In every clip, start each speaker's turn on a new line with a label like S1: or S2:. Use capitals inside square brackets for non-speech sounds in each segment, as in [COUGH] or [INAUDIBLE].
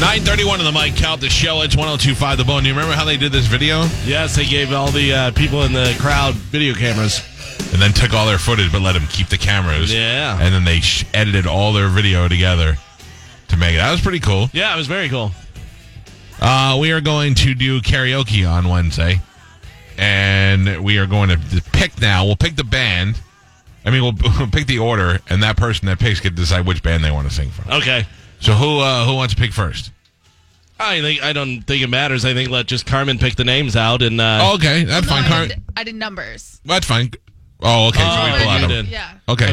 S1: 931 on the Mike Count the show. It's 1025 The Bone. Do you remember how they did this video?
S2: Yes, they gave all the uh, people in the crowd video cameras.
S1: And then took all their footage, but let them keep the cameras.
S2: Yeah.
S1: And then they sh- edited all their video together to make it. That was pretty cool.
S2: Yeah, it was very cool.
S1: Uh, we are going to do karaoke on Wednesday, and we are going to pick now. We'll pick the band. I mean, we'll, [LAUGHS] we'll pick the order, and that person that picks can decide which band they want to sing from.
S2: Okay.
S1: So who uh, who wants to pick first?
S2: I think I don't think it matters. I think let just Carmen pick the names out and uh,
S1: Oh, okay, that's
S3: No,
S1: fine.
S3: I
S1: Car-
S3: did- I did numbers.
S1: that's fine. Oh, okay. so
S2: Oh,
S1: we pull
S2: you
S1: out 'em.
S2: did.
S3: Yeah,
S1: Okay.
S2: Oh,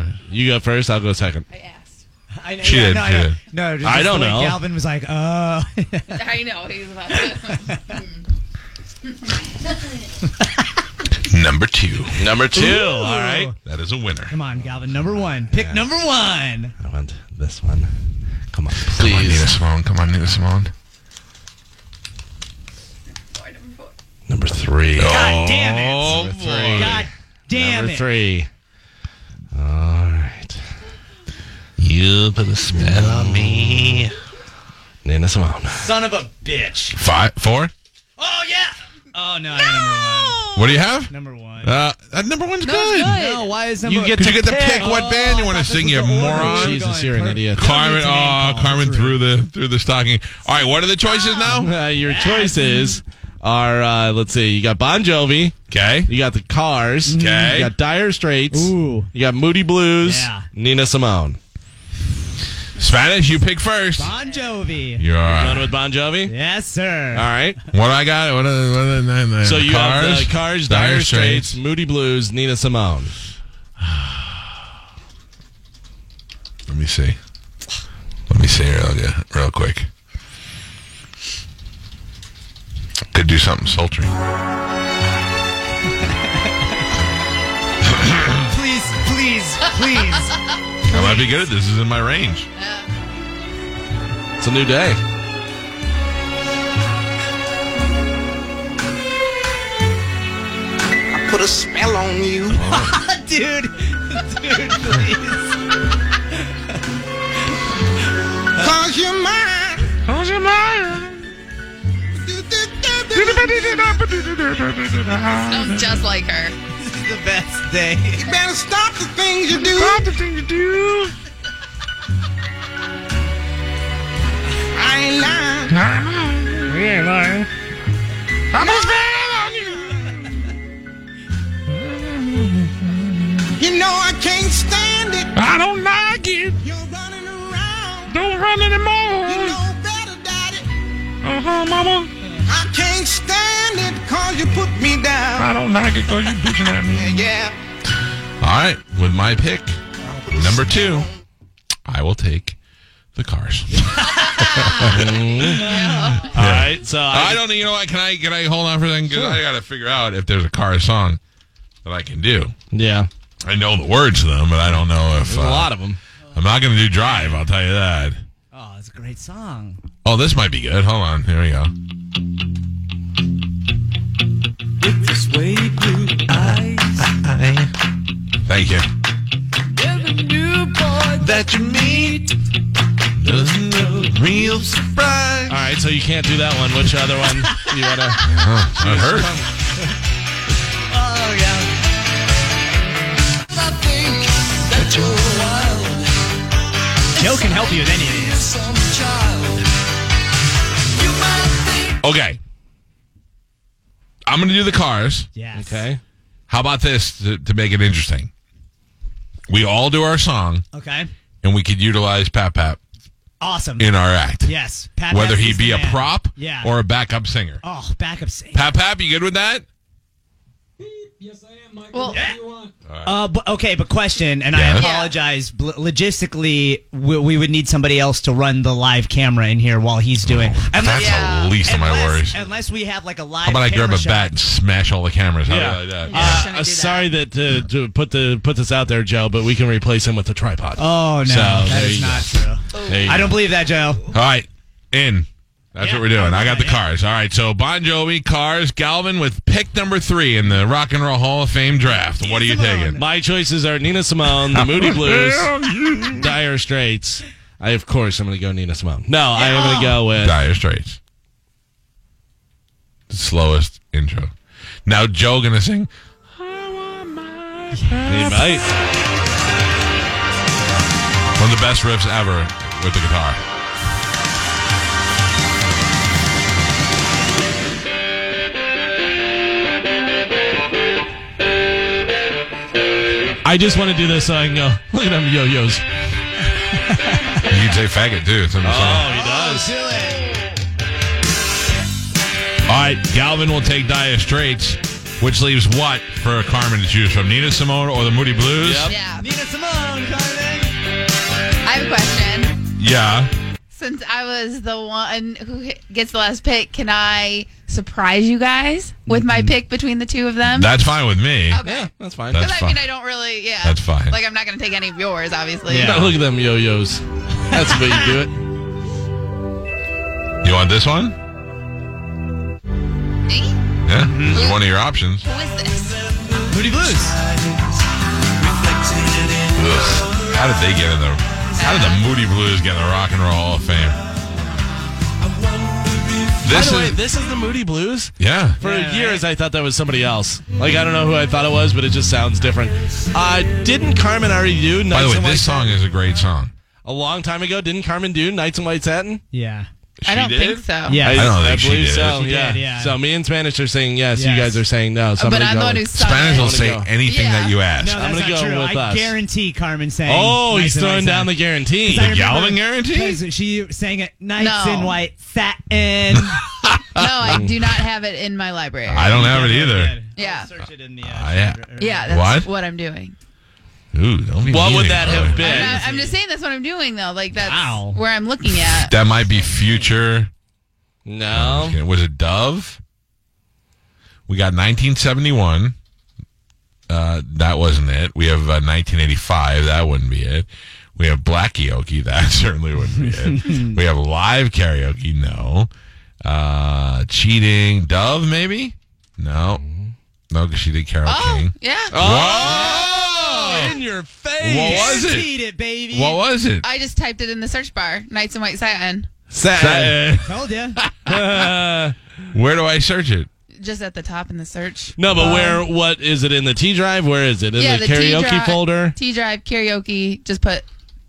S2: okay. You go first. I'll go second.
S3: I asked. [LAUGHS]
S4: I know,
S1: She
S4: yeah,
S1: did,
S4: No,
S1: she
S4: I know.
S1: did.
S4: No, just
S2: I don't
S4: the way
S2: know.
S4: Galvin was like, uh,
S3: I know he's about to.
S1: Number two.
S2: Number two. All right.
S1: That is a winner.
S4: [LAUGHS] come on, Galvin, number one. Pick number one.
S2: I want this one. Come on,
S1: Come on, Nina
S2: please.
S1: Simone. Come on, Nina Simone.
S2: Number three.
S4: God damn it.
S1: Oh, boy.
S4: God damn
S2: Number
S4: it.
S2: three. All right. You put a spell on me. Nina Simone.
S4: Son of a bitch.
S1: Five, four.
S4: Oh, yeah. Oh, no, I got
S1: What do you have?
S4: number one. Number one.
S1: Uh, that number one's good.
S4: No, why is number
S2: You get
S1: Did
S2: to
S1: you get to pick
S2: pick.
S1: what band you
S4: Oh,
S1: want
S4: I
S1: to
S4: thought this
S1: sing,
S4: was
S1: you
S4: the order.
S1: moron.
S4: Jeez.
S2: Jesus, you're an idiot.
S1: Carmen,
S4: Don't need to name
S1: oh,
S4: call.
S1: Carmen
S4: That's
S1: through the through the stocking. All right, what are the choices
S2: [LAUGHS]
S1: now?
S2: Uh, your choices are uh, let's see. You got Bon Jovi.
S1: Okay,
S2: You got the Cars.
S1: Mm-hmm. Okay.
S2: You got Dire Straits.
S4: Ooh.
S2: You got Moody Blues.
S4: Yeah.
S2: Nina Simone.
S1: Spanish, you pick first.
S4: Bon Jovi.
S1: You're all
S2: Going
S1: right.
S2: with Bon Jovi.
S4: Yes, sir.
S2: All right.
S1: What I got? What are, what are the, the
S2: So you
S1: cars?
S2: have the Cars, Dire, Straits, Moody Blues, Nina Simone.
S1: Let me see. Let me see real good, real quick. Could do something sultry.
S4: Please, please,
S2: [LAUGHS]
S4: please.
S1: I might be good at this. This is in my range.
S2: It's a new day.
S5: put a spell on you.
S4: dude. Dude, please.
S5: Cause you're mine. Cause you're mine.
S3: Sounds just like her.
S4: This is the best day.
S5: You better stop the things you do. I ain't lying. I'm a spell on you. You know I can't stand it. I don't like it. You're running around. Don't run anymore. You know better, Daddy.
S6: Uh-huh, mama.
S5: I can't stand it because you put me down.
S6: I don't like it because you bitching at me.
S5: Yeah.
S1: All right, with my pick, number two, I will take the
S2: [LAUGHS]
S1: cars.
S2: All right. So
S1: I
S2: I,
S1: don't. You know what? Can I? Can I hold on for a second? 'Cause I got to figure out if there's a car song that I can do.
S2: yeah,
S1: I know the words to them, but I don't know if uh,
S2: there's a lot of them.
S1: I'm not going to do Drive. I'll tell you that.
S4: Oh, it's a great song.
S1: Oh, this might be good. Hold on. Here we go.
S2: Uh-huh.
S1: Thank you.
S2: All right. So you can't do that one. Which other one you
S1: [LAUGHS]
S2: wanna?
S1: Oh, that hurt.
S4: Oh, yeah. Joe can help you with any of these.
S1: Okay. I'm going to do the cars.
S4: Yes.
S2: Okay.
S1: How about this to, to make it interesting? We all do our song,
S4: Okay.
S1: and we could utilize Pat Pat
S4: Awesome.
S1: in our act.
S4: yes. Pat
S1: Whether
S4: Metheny
S1: he
S4: is
S1: be
S4: the
S1: a
S4: man.
S1: prop
S4: Yeah.
S1: or a backup singer.
S4: Oh, backup singer.
S1: Pap Pap, you good with that?
S3: Well,
S4: Uh, but, okay, but question, and
S1: Yeah.
S4: I apologize. Bl- logistically, we, we would need somebody else to run the live camera in here while he's doing.
S1: Oh, That's
S3: yeah.
S1: the least of my worries.
S4: unless,
S1: How
S4: unless we have like a live.
S1: about I grab
S4: camera
S1: a
S4: shot.
S1: bat and smash all the cameras? How do
S2: Yeah.
S1: you like that?
S3: Yeah.
S2: Uh,
S3: Shouldn't do that.
S2: sorry that uh, to put the put this out there, Joe, but we can replace him with a tripod.
S4: Oh no,
S2: So,
S4: that
S2: there
S4: is
S2: you
S4: not true.
S2: There you
S4: I don't
S2: go.
S4: believe that, Joe.
S1: All right, in. That's
S4: Yeah.
S1: what we're doing. I got the
S4: Yeah, yeah.
S1: cars. All right, so Bon Jovi, Cars, Galvin with pick number three in the Rock and Roll Hall of Fame draft. What are you taking?
S2: [LAUGHS] My choices are Nina Simone, the Moody Blues, Dire Straits, I of course I'm going to go Nina Simone. No, I am going to go with
S1: Dire Straits. The slowest intro. Now Joe gonna sing.
S2: He might.
S1: One of the best riffs ever with the guitar.
S2: I just want to do this so I can go. [LAUGHS] Look at them yo-yos.
S1: You'd say faggot too. It's in the song.
S2: Oh, he does.
S1: All right, Galvin will take Dire Straits, which leaves what for Carmen to choose from? Nina Simone or the Moody Blues?
S2: Yep.
S3: Yeah.
S4: Nina Simone, Carmen.
S3: I have a question.
S1: Yeah.
S3: Since I was the one who hi- gets the last pick, can I surprise you guys with my pick between the two of them?
S1: That's fine with me.
S2: Yeah, that's fine.
S1: That's-
S3: Because I mean,
S1: fine.
S3: I don't really. Yeah.
S1: That's fine.
S3: Like, I'm not going to take any of yours, obviously.
S4: Yeah.
S2: Now look at them yo-yos. That's the way you [LAUGHS] do it.
S1: You want this one?
S3: Eh?
S1: Yeah. This is one of your options.
S3: Who is this?
S4: Moody Blues.
S1: Ugh. How did they get in the? How did the Moody Blues get in the Rock and Roll Hall of Fame? This
S2: By the
S1: is
S2: way, this is the Moody Blues.
S1: yeah.
S2: For
S4: Yeah,
S2: years, I thought that was somebody else. Like I don't know who I thought it was, but it just sounds different. Uh, didn't Carmen already do? Nights
S1: By the way,
S2: in White
S1: this
S2: Satin?
S1: song is a great song.
S2: a long time ago. Didn't Carmen do Nights in White Satin?
S4: Yeah.
S3: I don't
S1: did?
S3: think so.
S4: Yeah.
S2: I,
S1: don't think
S2: I
S1: she
S2: believe
S1: did.
S2: so.
S4: She
S2: yeah.
S4: did, yeah.
S2: So me and Spanish are saying yes. You
S4: Yes.
S2: guys are saying no. So
S3: but
S2: gonna
S3: I'm
S2: go
S3: the one who
S2: with-
S3: sung
S1: Spanish
S3: it.
S1: will
S2: wanna
S1: say
S2: go.
S1: anything
S3: Yeah.
S1: that you ask.
S4: No, that's
S2: gonna
S4: not
S2: go
S4: true.
S2: with
S4: I
S2: us.
S4: guarantee Carmen sang.
S2: Oh, he's
S4: Nights in
S2: throwing
S4: White
S2: down the
S4: Satin.
S2: guarantee.
S4: I remember-
S1: Galvin guarantee?
S4: 'cause She sang it nights
S3: No.
S4: in white satin.
S3: No, I do not have it in my library.
S1: Mm. I don't have it either.
S3: Yeah.
S4: Search it in the. Uh,
S1: I-
S3: yeah,
S1: What?
S3: that's what, I'm doing.
S1: Ooh, don't be
S2: What
S1: mean
S2: would
S1: to
S2: that
S1: each
S2: have
S1: other.
S2: been?
S3: I'm, not- I'm just saying that's what I'm doing though. Like that's
S4: Wow.
S3: where I'm looking at.
S1: That might be future.
S2: No.
S1: Was it Dove? We got 1971. Uh, that wasn't it. We have uh, 1985. That wouldn't be it. We have Black Karaoke. [LAUGHS] That certainly wouldn't be it. we have live karaoke. No. Uh, cheating. Dove, maybe? No. No, because she did Carol
S3: Oh,
S1: King.
S3: yeah.
S1: Whoa!
S2: In your face.
S1: What was it?
S4: Guaranteed it, baby.
S1: What was it?
S3: I just typed it in the search bar. Knights in White Satin.
S1: That-
S4: Told ya.
S1: Where do I search it?
S3: Just at the top in the search.
S2: No, but where? What is it in the T drive? Where is it in
S3: Um, yeah,
S2: the,
S3: T
S2: karaoke
S3: drive-
S2: folder?
S3: T drive karaoke. Just put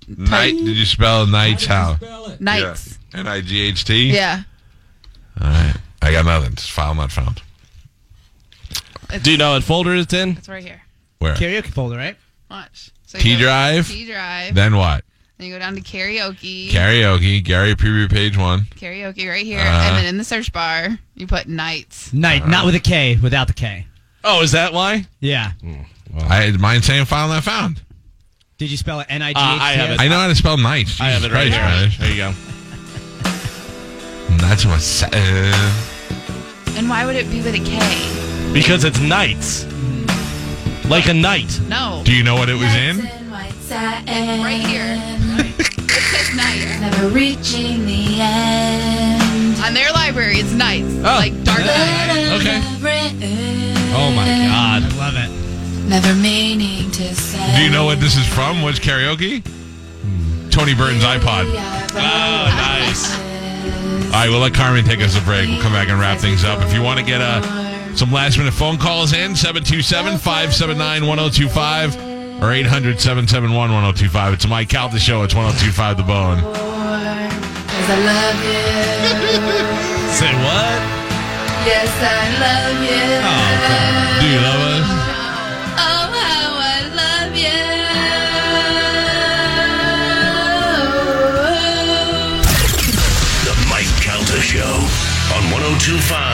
S1: Night? Did you spell nights how?
S3: nights.
S1: N I G H T.
S3: Yeah.
S1: All right. I got nothing. It's file not found.
S2: Do you know what folder it's in?
S3: It's right here.
S1: Where?
S4: Karaoke folder, right?
S3: Watch. So you
S1: T
S3: go-
S1: drive.
S3: T drive.
S1: Then what?
S3: Then you go down to karaoke.
S1: Karaoke. Gary preview page one.
S3: karaoke right here.
S1: Uh-huh.
S3: And then in the search bar, you put nights.
S4: Night, not with a K, without the K.
S2: Oh, is that why?
S4: Yeah.
S1: I mine saying file not found.
S4: Did you spell it N I G H T?
S2: Uh, I have it.
S1: I know how to spell nights.
S2: I have it
S1: Jesus
S2: right here.
S1: Christ,
S2: There you go.
S1: man. Nights was sa- uh,
S3: And why would it be with a K?
S2: Because it's nights, like a night.
S3: No.
S1: Do you know what it was in?
S3: Right
S7: Right
S3: here. it says nights.
S7: Never reaching the end.
S3: On their library, it's nights.
S2: Oh.
S3: Like dark nights.
S2: Okay.
S7: Oh
S2: Oh my God.
S4: Love it.
S7: Never meaning to say.
S1: Do you know what this is from? What's karaoke? Tony Burton's iPod.
S2: Oh, nice.
S1: All right, we'll let Carmen take us a break. We'll come back and wrap things up. If you want to get uh, some last minute phone calls in, 727 579 1025 or 800 771 1025. It's Mike Cal, the show. It's 1025 The Bone.
S7: Cause I love you.
S2: Say what?
S7: yes, I love you.
S1: Do you love us?
S7: Oh, how I love you.
S8: The Mike Calta Show on 1025